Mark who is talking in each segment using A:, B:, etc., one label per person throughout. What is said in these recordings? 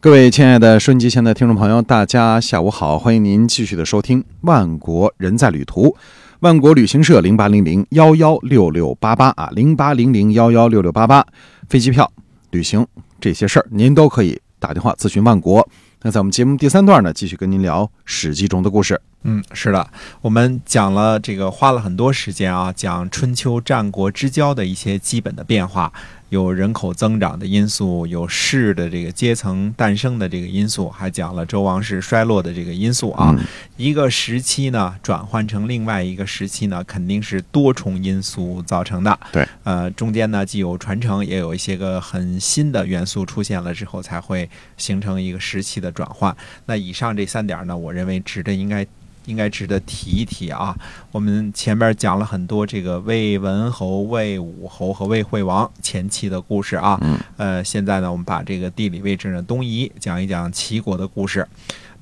A: 各位亲爱的收音机前的听众朋友，大家下午好，欢迎您继续的收听《万国人在旅途》，万国旅行社零八零零幺幺六六八八啊，零八零零幺幺六六八八，飞机票、旅行这些事儿，您都可以打电话咨询万国。那在我们节目第三段呢，继续跟您聊《史记》中的故事。
B: 嗯，是的，我们讲了这个，花了很多时间啊，讲春秋战国之交的一些基本的变化，有人口增长的因素，有士的这个阶层诞生的这个因素，还讲了周王室衰落的这个因素啊。
A: 嗯
B: 一个时期呢，转换成另外一个时期呢，肯定是多重因素造成的。
A: 对，
B: 呃，中间呢既有传承，也有一些个很新的元素出现了之后，才会形成一个时期的转换。那以上这三点儿呢，我认为值得应该应该值得提一提啊。我们前面讲了很多这个魏文侯、魏武侯和魏惠王前期的故事啊。
A: 嗯。
B: 呃，现在呢，我们把这个地理位置呢东移，讲一讲齐国的故事。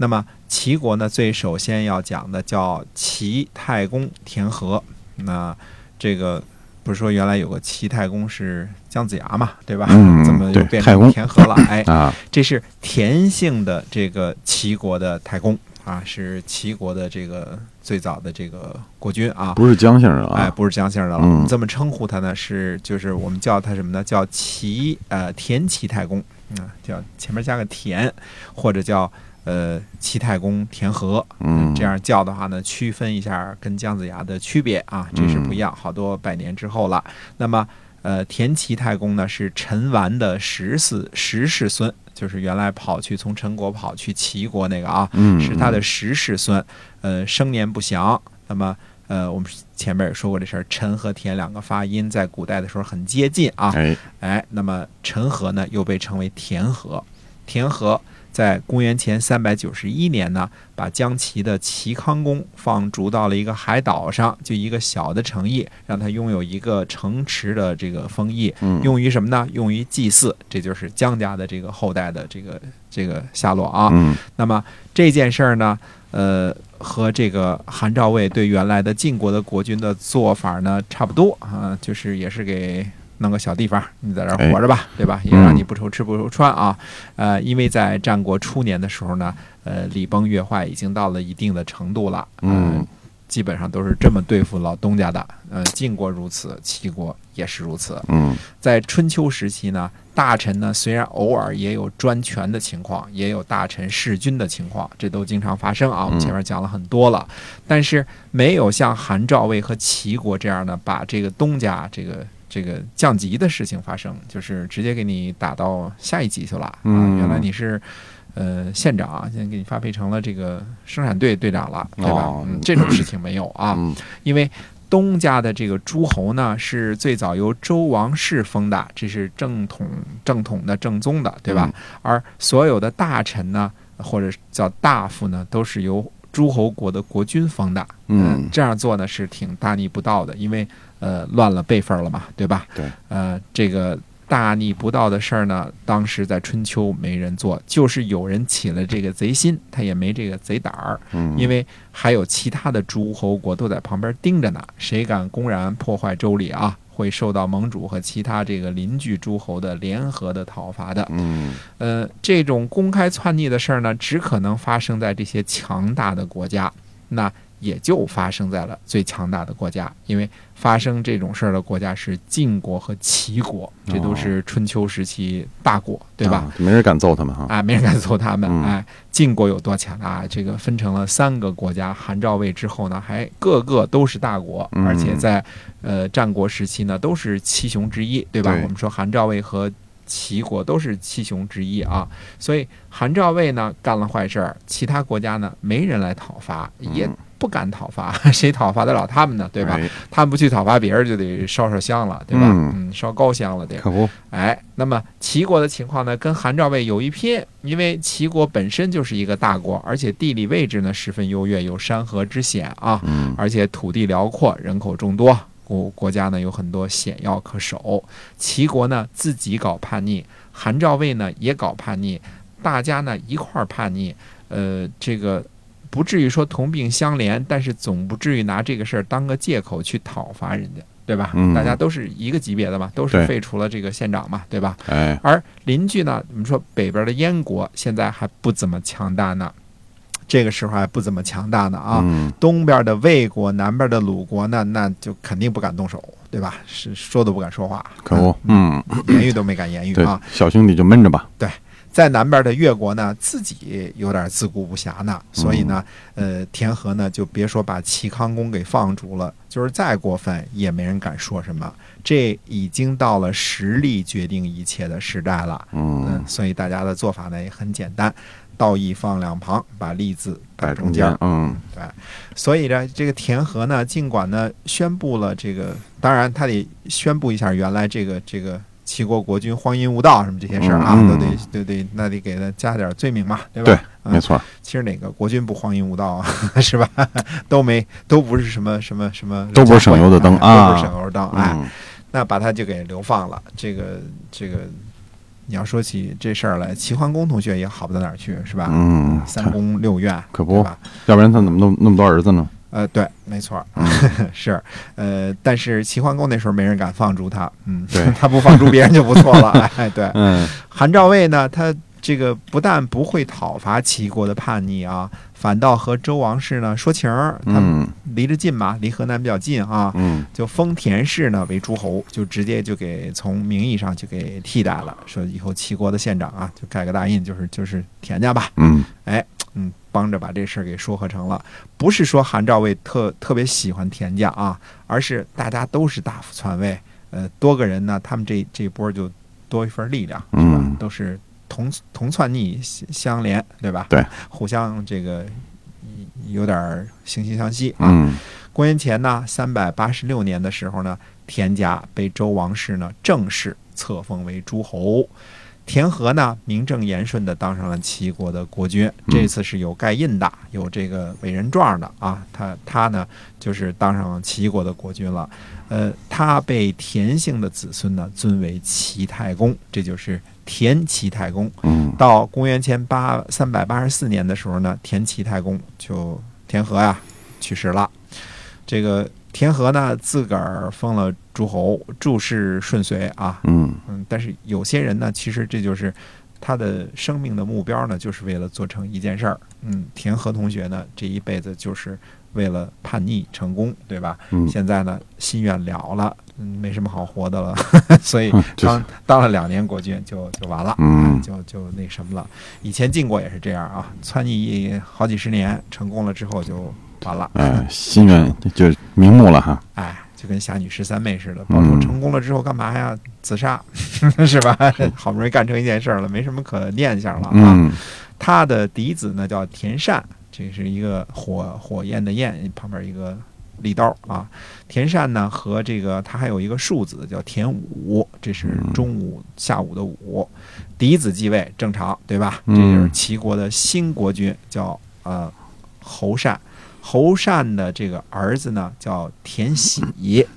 B: 那么齐国呢，最首先要讲的叫齐太公田和。那这个不是说原来有个齐太公是姜子牙嘛，对吧？
A: 嗯
B: 怎么又
A: 对
B: 变
A: 太
B: 成
A: 公
B: 田和了？哎，
A: 啊，
B: 这是田姓的这个齐国的太公啊，是齐国的这个最早的这个国君啊。
A: 不是姜先生啊，
B: 哎，不是姜姓的了，
A: 嗯
B: 我们这么称呼他呢，是就是我们叫他什么呢？叫齐呃田齐太公啊、叫前面加个田，或者叫呃齐太公田和，
A: 嗯
B: 这样叫的话呢，区分一下跟姜子牙的区别啊，这是不一样，
A: 嗯
B: 好多百年之后了。那么呃田齐太公呢是陈完的十四十世孙，就是原来跑去从陈国跑去齐国那个啊，
A: 嗯，
B: 是他的十世孙，呃，生年不详。那么，呃，我们前面也说过这事儿，陈和田两个发音在古代的时候很接近啊。
A: 哎，
B: 哎，那么陈和呢，又被称为田和。田和在公元前三百九十一年呢，把江齐的齐康公放逐到了一个海岛上，就一个小的城邑，让他拥有一个城池的这个封邑，
A: 嗯
B: 用于什么呢？用于祭祀。这就是江家的这个后代的这个这个下落啊。
A: 嗯
B: 那么这件事儿呢，呃，和这个韩赵魏对原来的晋国的国君的做法呢差不多啊，就是也是给弄个小地方，你在这儿活着吧，对吧？也让你不愁吃不愁穿啊。呃，因为在战国初年的时候呢，呃，礼崩乐坏已经到了一定的程度了，呃
A: 嗯，
B: 基本上都是这么对付老东家的。呃，晋国如此，齐国也是如此。
A: 嗯
B: 在春秋时期呢，大臣呢虽然偶尔也有专权的情况，也有大臣弑君的情况，这都经常发生
A: 嗯
B: 啊。我们前面讲了很多了，但是没有像韩赵魏和齐国这样呢，把这个东家这个。这个降级的事情发生，就是直接给你打到下一级去了。
A: 嗯
B: 啊，原来你是，呃，县长，现在给你发配成了这个生产队队长了，对吧？
A: 哦
B: 嗯，这种事情没有啊。
A: 嗯
B: 因为东家的这个诸侯呢，是最早由周王室封的，这是正统正统的正宗的，对
A: 嗯
B: 吧？而所有的大臣呢，或者叫大夫呢，都是由诸侯国的国君封的。呃
A: 嗯，
B: 这样做呢是挺大逆不道的，因为呃乱了辈分儿了嘛，对吧？
A: 对，
B: 呃，这个大逆不道的事儿呢，当时在春秋没人做，就是有人起了这个贼心，他也没这个贼胆儿，
A: 嗯
B: 因为还有其他的诸侯国都在旁边盯着呢，谁敢公然破坏周礼啊，会受到盟主和其他这个邻居诸侯的联合的讨伐的。
A: 嗯
B: 呃，这种公开篡逆的事儿呢，只可能发生在这些强大的国家，那也就发生在了最强大的国家，因为发生这种事儿的国家是晋国和齐国，这都是春秋时期大国，对吧？
A: 啊没人敢揍他们哈。
B: 啊，没人敢揍他们。
A: 嗯
B: 哎，晋国有多强大？这个分成了三个国家，韩赵魏之后呢，还个个都是大国，
A: 嗯
B: 而且在呃战国时期呢，都是七雄之一，对吧？
A: 对
B: 我们说韩赵魏和齐国都是七雄之一啊，所以韩赵魏呢干了坏事儿，其他国家呢没人来讨伐，也
A: 嗯
B: 不敢讨伐， 谁讨伐得了他们呢？对吧？
A: 哎？
B: 他们不去讨伐别人，就得烧烧香了，对吧？
A: 嗯
B: 嗯，烧高香了，得
A: 可不，
B: 哎，那么齐国的情况呢，跟韩赵魏有一拼，因为齐国本身就是一个大国，而且地理位置呢十分优越，有山河之险啊，
A: 嗯
B: 而且土地辽阔，人口众多，国国家呢有很多险要可守。齐国呢自己搞叛逆，韩赵魏呢也搞叛逆，大家呢一块儿叛逆，呃，这个。不至于说同病相怜，但是总不至于拿这个事儿当个借口去讨伐人家。对吧？
A: 嗯
B: 大家都是一个级别的嘛，都
A: 对
B: 是废除了这个县长嘛，对吧？
A: 哎，
B: 而邻居呢，我们说北边的燕国现在还不怎么强大呢，这个时候还不怎么强大呢啊。
A: 嗯，
B: 东边的魏国，南边的鲁国呢，那就肯定不敢动手，对吧？是说都不敢说话，
A: 可恶，嗯，
B: 言语都没敢言语
A: 对
B: 啊。，
A: 小兄弟就闷着吧，
B: 在南边的越国呢，自己有点自顾不暇呢，所以呢，呃，田和呢就别说把齐康公给放逐了，就是再过分也没人敢说什么。这已经到了实力决定一切的时代了。
A: 嗯
B: 嗯，，所以大家的做法呢也很简单，道义放两旁，把利字
A: 摆
B: 中
A: 中间，嗯
B: 对，所以呢，这个田和呢，尽管呢宣布了这个，当然他得宣布一下原来这个这个齐国国君荒淫无道什么这些事儿啊，
A: 嗯
B: 都得都得那得给他加点罪名嘛，对吧？
A: 对
B: 嗯
A: 没错儿，
B: 其实哪个国君不荒淫无道啊， 是吧？都没都不是什么什么什么，
A: 都不是省油的灯啊
B: 都不是省油的灯，哎，
A: 嗯，
B: 那把他就给流放了。这个这个，你要说起这事儿来，齐桓公同学也好不到哪儿去，是吧？
A: 嗯
B: 三宫六院，
A: 可不
B: 对吧？
A: 要不然他怎么那么那么多儿子呢？
B: 呃，对，没错儿，
A: 嗯
B: 是，呃，但是齐桓公那时候没人敢放逐他，嗯，
A: 对
B: 他不放逐别人就不 错了，哎，对。
A: 嗯，
B: 韩赵魏呢，他这个不但不会讨伐齐国的叛逆啊，反倒和周王室呢说情儿，他们
A: 嗯
B: 离着近嘛，离河南比较近啊，
A: 嗯，
B: 就封田氏呢为诸侯，就直接就给从名义上就给替代了，说以后齐国的县长啊，就盖个大印，就是就是田家吧，
A: 嗯，
B: 嗯，帮着把这事儿给说和成了。不是说韩赵魏特特别喜欢田家啊，而是大家都是大夫篡位，呃，多个人呢，他们这这波就多一份力量，是吧？
A: 嗯
B: 都是同同篡逆相相连，对吧？
A: 对，
B: 互相这个有点儿惺惺相惜啊。
A: 嗯，
B: 公元前呢三百八十六年的时候呢，田家被周王室呢正式册封为诸侯。田和呢，名正言顺地当上了齐国的国君，这次是有盖印的，有这个委任状的啊。他他呢，就是当上齐国的国君了。呃，他被田姓的子孙呢尊为齐太公，这就是田齐太公。
A: 嗯，
B: 到公元前八三百八十四年的时候呢，田齐太公就田和呀、去世了。这个田和呢，自个儿封了诸侯，诸事顺遂啊。
A: 嗯，
B: 嗯，但是有些人呢，其实这就是他的生命的目标呢，就是为了做成一件事儿。嗯，田和同学呢，这一辈子就是为了叛逆成功，对吧？
A: 嗯，
B: 现在呢，心愿了了，嗯，没什么好活的了， 所以
A: 嗯就是
B: 当当了两年国君就就完了，
A: 嗯
B: 就就那什么了。以前晋国也是这样啊，篡逆好几十年，成功了之后就完了，
A: 哎，心愿就瞑目了哈，
B: 哎，就跟侠女十三妹似的，
A: 嗯
B: 报仇成功了之后干嘛呀？自杀， 是吧？好不容易干成一件事儿了，没什么可念想了啊。
A: 嗯
B: 他的嫡子呢叫田善，这是一个火火焰的焰，旁边一个利刀啊。田善呢和这个他还有一个庶子叫田武，这是中午下午的午。嫡子继位正常对吧？这
A: 嗯
B: 就是齐国的新国君叫呃侯善。侯善的这个儿子呢叫田喜，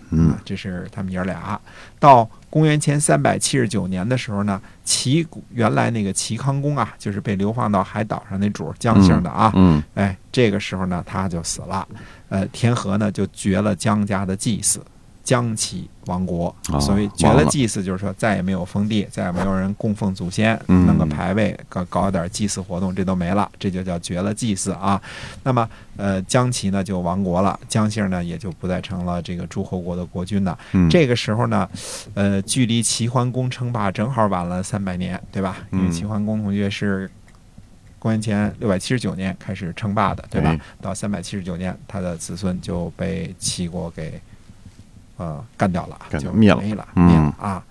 A: 嗯
B: 啊，这是他们爷儿俩。到公元前三百七十九年的时候呢，齐古原来那个齐康公啊，就是被流放到海岛上那主儿姜姓的啊，
A: 嗯，
B: 哎，这个时候呢他就死了。呃，田和呢就绝了姜家的祭祀，姜齐亡国。
A: 啊
B: 所谓绝
A: 亡
B: 了
A: 了
B: 祭祀，就是说再也没有封地，再也没有人供奉祖先，
A: 嗯
B: 弄个牌位，搞搞点祭祀活动，这都没了，这就叫绝了祭祀啊。那么，呃，姜齐呢就亡国了，姜姓呢也就不再成了这个诸侯国的国君了。
A: 嗯
B: 这个时候呢，呃，距离齐桓公称霸正好晚了三百年，对吧？因为
A: 嗯
B: 齐桓公同学是公元前六百七十九年开始称霸的，对吧
A: 哎？
B: 到三百七十九年，他的子孙就被齐国给呃干掉了，
A: 干掉
B: 就
A: 灭了
B: 没了，
A: 嗯
B: 灭了啊。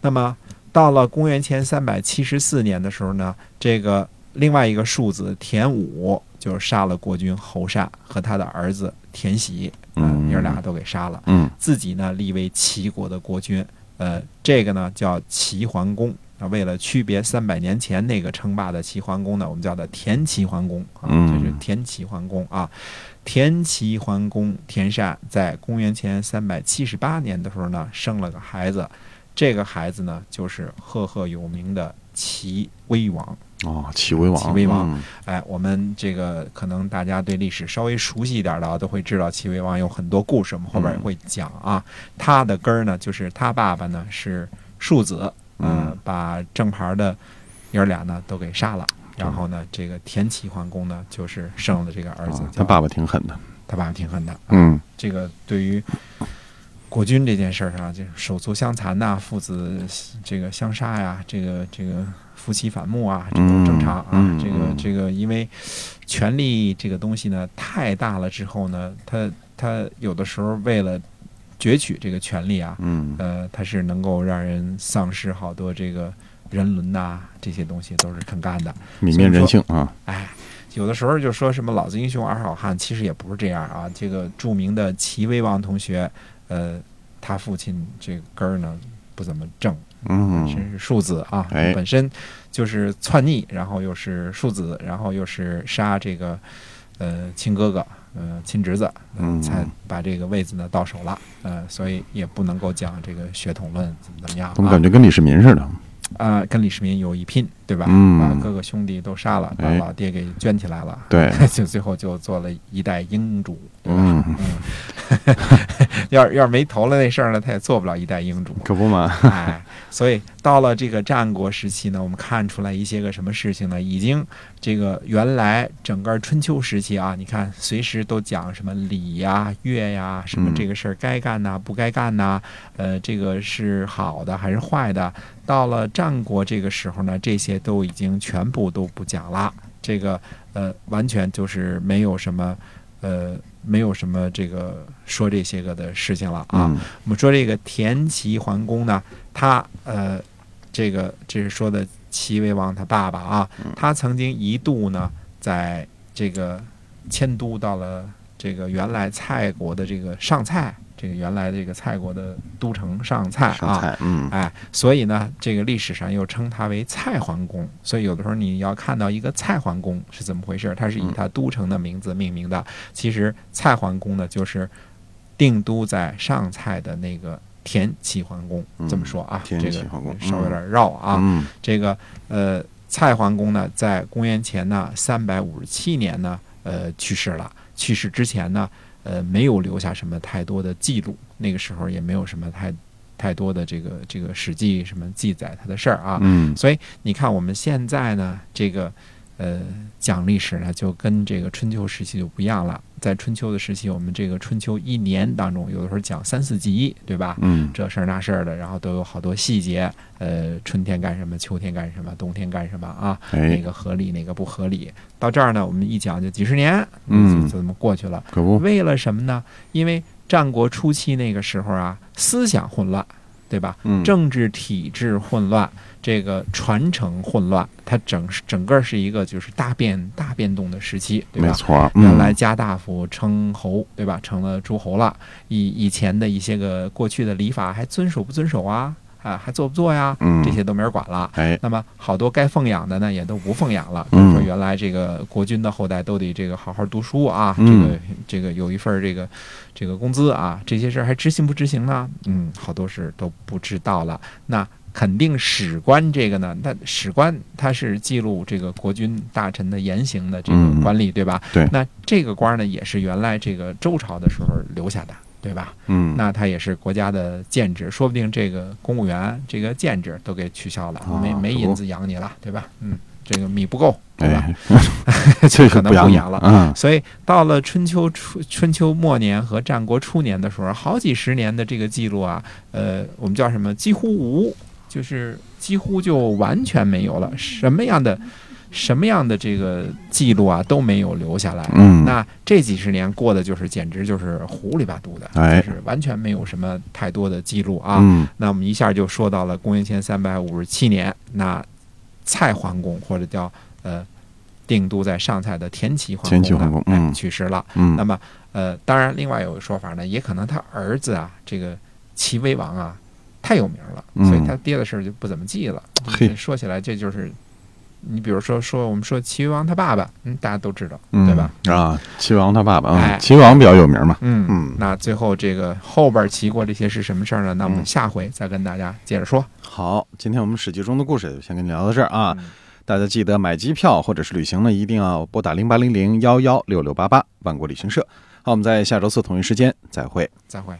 B: 那么到了公元前三百七十四年的时候呢，这个另外一个庶子田武就杀了国君侯善和他的儿子田喜，呃
A: 嗯
B: 爷俩都给杀了。
A: 嗯
B: 自己呢立为齐国的国君。呃，这个呢叫齐桓公。那为了区别三百年前那个称霸的齐桓公呢，我们叫它田齐桓公啊，
A: 嗯
B: 这是田齐桓公啊。田齐桓公田善在公元前三百七十八年的时候呢，生了个孩子，这个孩子呢，就是赫赫有名的齐威王。
A: 哦，齐威王，
B: 齐威王
A: 嗯，
B: 哎，我们这个可能大家对历史稍微熟悉一点的啊，都会知道齐威王有很多故事，我们后边也会讲啊。
A: 嗯
B: 他的根儿呢，就是他爸爸呢是庶子，呃
A: 嗯，
B: 把正牌的爷儿俩呢都给杀了。然后呢，这个田齐桓公呢，就是生了这个儿子
A: 啊，
B: 叫
A: 他爸爸挺狠的，
B: 他爸爸挺狠的。
A: 嗯
B: 这个对于国君这件事儿啊，就是手足相残呐、父子这个相杀呀、这个这个夫妻反目啊，这都正常啊。
A: 嗯嗯
B: 这
A: 嗯
B: 个这个，因为权力这个东西呢太大了之后呢，他他有的时候为了攫取这个权力啊，
A: 嗯，
B: 呃，它是能够让人丧失好多这个人伦呐、这些东西都是肯干的。
A: 泯灭人性啊，
B: 哎，有的时候就说什么“老子英雄儿好汉”，其实也不是这样啊。这个著名的齐威王同学，呃，他父亲这个根儿呢不怎么正，本身
A: 嗯，
B: 是庶子啊，
A: 哎
B: 本身就是篡逆，然后又是庶子，然后又是杀这个呃亲哥哥。呃，亲侄子，
A: 嗯
B: 嗯，才把这个位子呢到手了，呃，所以也不能够讲这个血统论怎么怎么样、啊。
A: 怎么感觉跟李世民似的？
B: 啊、跟李世民有一拼，对吧？
A: 嗯
B: 把哥哥兄弟都杀了，把
A: 哎
B: 老爹给圈起来了，
A: 对，
B: 就最后就做了一代英主，对吧？
A: 嗯，
B: 要是要是没头了那事儿呢，他也做不了一代英主。
A: 可不嘛，
B: 哎，所以到了这个战国时期呢，我们看出来一些个什么事情呢？已经这个原来整个春秋时期啊，你看随时都讲什么礼呀、乐呀、什么
A: 嗯
B: 这个事儿该干呐、不该干呐、呃，这个是好的还是坏的？到了战国这个时候呢，这些都已经全部都不讲了，这个呃，完全就是没有什么呃，没有什么这个说这些个的事情了啊。
A: 嗯
B: 我们说这个田齐桓公呢，他呃，这个这是说的齐威王他爸爸啊，他曾经一度呢，在这个迁都到了这个原来蔡国的这个上蔡，这个原来这个蔡国的都城上蔡
A: 上
B: 啊。
A: 菜，嗯
B: 哎，所以呢，这个历史上又称他为蔡桓公。所以有的时候你要看到一个蔡桓公是怎么回事，他是
A: 嗯
B: 以他都城的名字命名的。其实蔡桓公呢，就是定都在上蔡的那个田齐桓公。这么说啊，
A: 嗯田
B: 这
A: 齐
B: 个
A: 桓公
B: 稍微有点绕啊。
A: 嗯
B: 这个呃，蔡桓公呢，在公元前呢三百五十七年呢，呃，去世了。去世之前呢，呃，没有留下什么太多的记录，那个时候也没有什么太太多的这个这个史记什么记载他的事儿啊。
A: 嗯
B: 所以你看，我们现在呢，这个呃讲历史呢，就跟这个春秋时期就不一样了。在春秋的时期，我们这个春秋一年当中，有的时候讲三四季，对吧？
A: 嗯
B: 这事儿那事儿的，然后都有好多细节，呃，春天干什么，秋天干什么，冬天干什么啊，哪
A: 哎，
B: 个合理，哪个不合理。到这儿呢，我们一讲就几十年，
A: 嗯
B: 就这么过去了。
A: 可不，
B: 为了什么呢？因为战国初期那个时候啊，思想混乱，对吧？
A: 嗯，
B: 政治体制混乱，这个传承混乱，它整整个是一个就是大变大变动的时期，对
A: 没
B: 吧？
A: 错儿，嗯
B: 原啊来家大夫称侯，对吧？成了诸侯了。以以前的一些个过去的礼法还遵守不遵守啊？啊，还做不做呀？
A: 嗯
B: 这些都没人管了。
A: 哎，
B: 那么好多该奉养的呢，也都不奉养了。比
A: 嗯
B: 如说，原来这个国君的后代都得这个好好读书啊，这
A: 嗯
B: 个这个有一份儿这个这个工资啊，这些事儿还执行不执行呢？嗯，好多事都不知道了。那肯定史官这个呢，那史官他是记录这个国君大臣的言行的这
A: 嗯
B: 个官吏，对吧？
A: 对
B: 那这个官儿呢，也是原来这个周朝的时候留下的，对吧？
A: 嗯，
B: 那它也是国家的建制，说不定这个公务员这个建制都给取消了，
A: 啊
B: 没没
A: 可不
B: 银子养你了，对吧？嗯，这个米不够，对吧？
A: 哎，
B: 这
A: 是
B: 可能不
A: 养
B: 养了。
A: 啊，
B: 所以到了春秋初、春秋末年和战国初年的时候，好几十年的这个记录啊，呃，我们叫什么？几乎无，就是几乎就完全没有了，什么样的、什么样的这个记录啊都没有留下来。
A: 嗯，
B: 那这几十年过的就是简直就是糊里八涂的，
A: 哎
B: 就是完全没有什么太多的记录啊。
A: 嗯
B: 那我们一下就说到了公元前三百五十七年，那蔡桓公或者叫呃定都在上蔡的田齐桓公
A: 田
B: 呢，
A: 齐桓公嗯
B: 哎去世了。那
A: 嗯，
B: 么呃，当然另外有个说法呢，也可能他儿子啊，这个齐威王啊太有名了，所以
A: 嗯
B: 他爹的事儿就不怎么记了。呃
A: 嘿
B: 说起来这就是你比如说说我们说齐威王他爸爸，嗯，大家都知道，
A: 嗯
B: 对吧？
A: 啊，齐王他爸爸啊，
B: 哎
A: 齐王比较有名嘛，
B: 嗯
A: 嗯
B: 那最后这个后边齐国这些是什么事儿呢？那我们下回再跟大家接着说。
A: 好，今天我们《史记》中的故事就先跟你聊到这儿啊。
B: 嗯
A: 大家记得买机票或者是旅行呢，一定要拨打零八零零幺幺六六八八万国旅行社。好，我们在下周四同一时间再会。
B: 再会。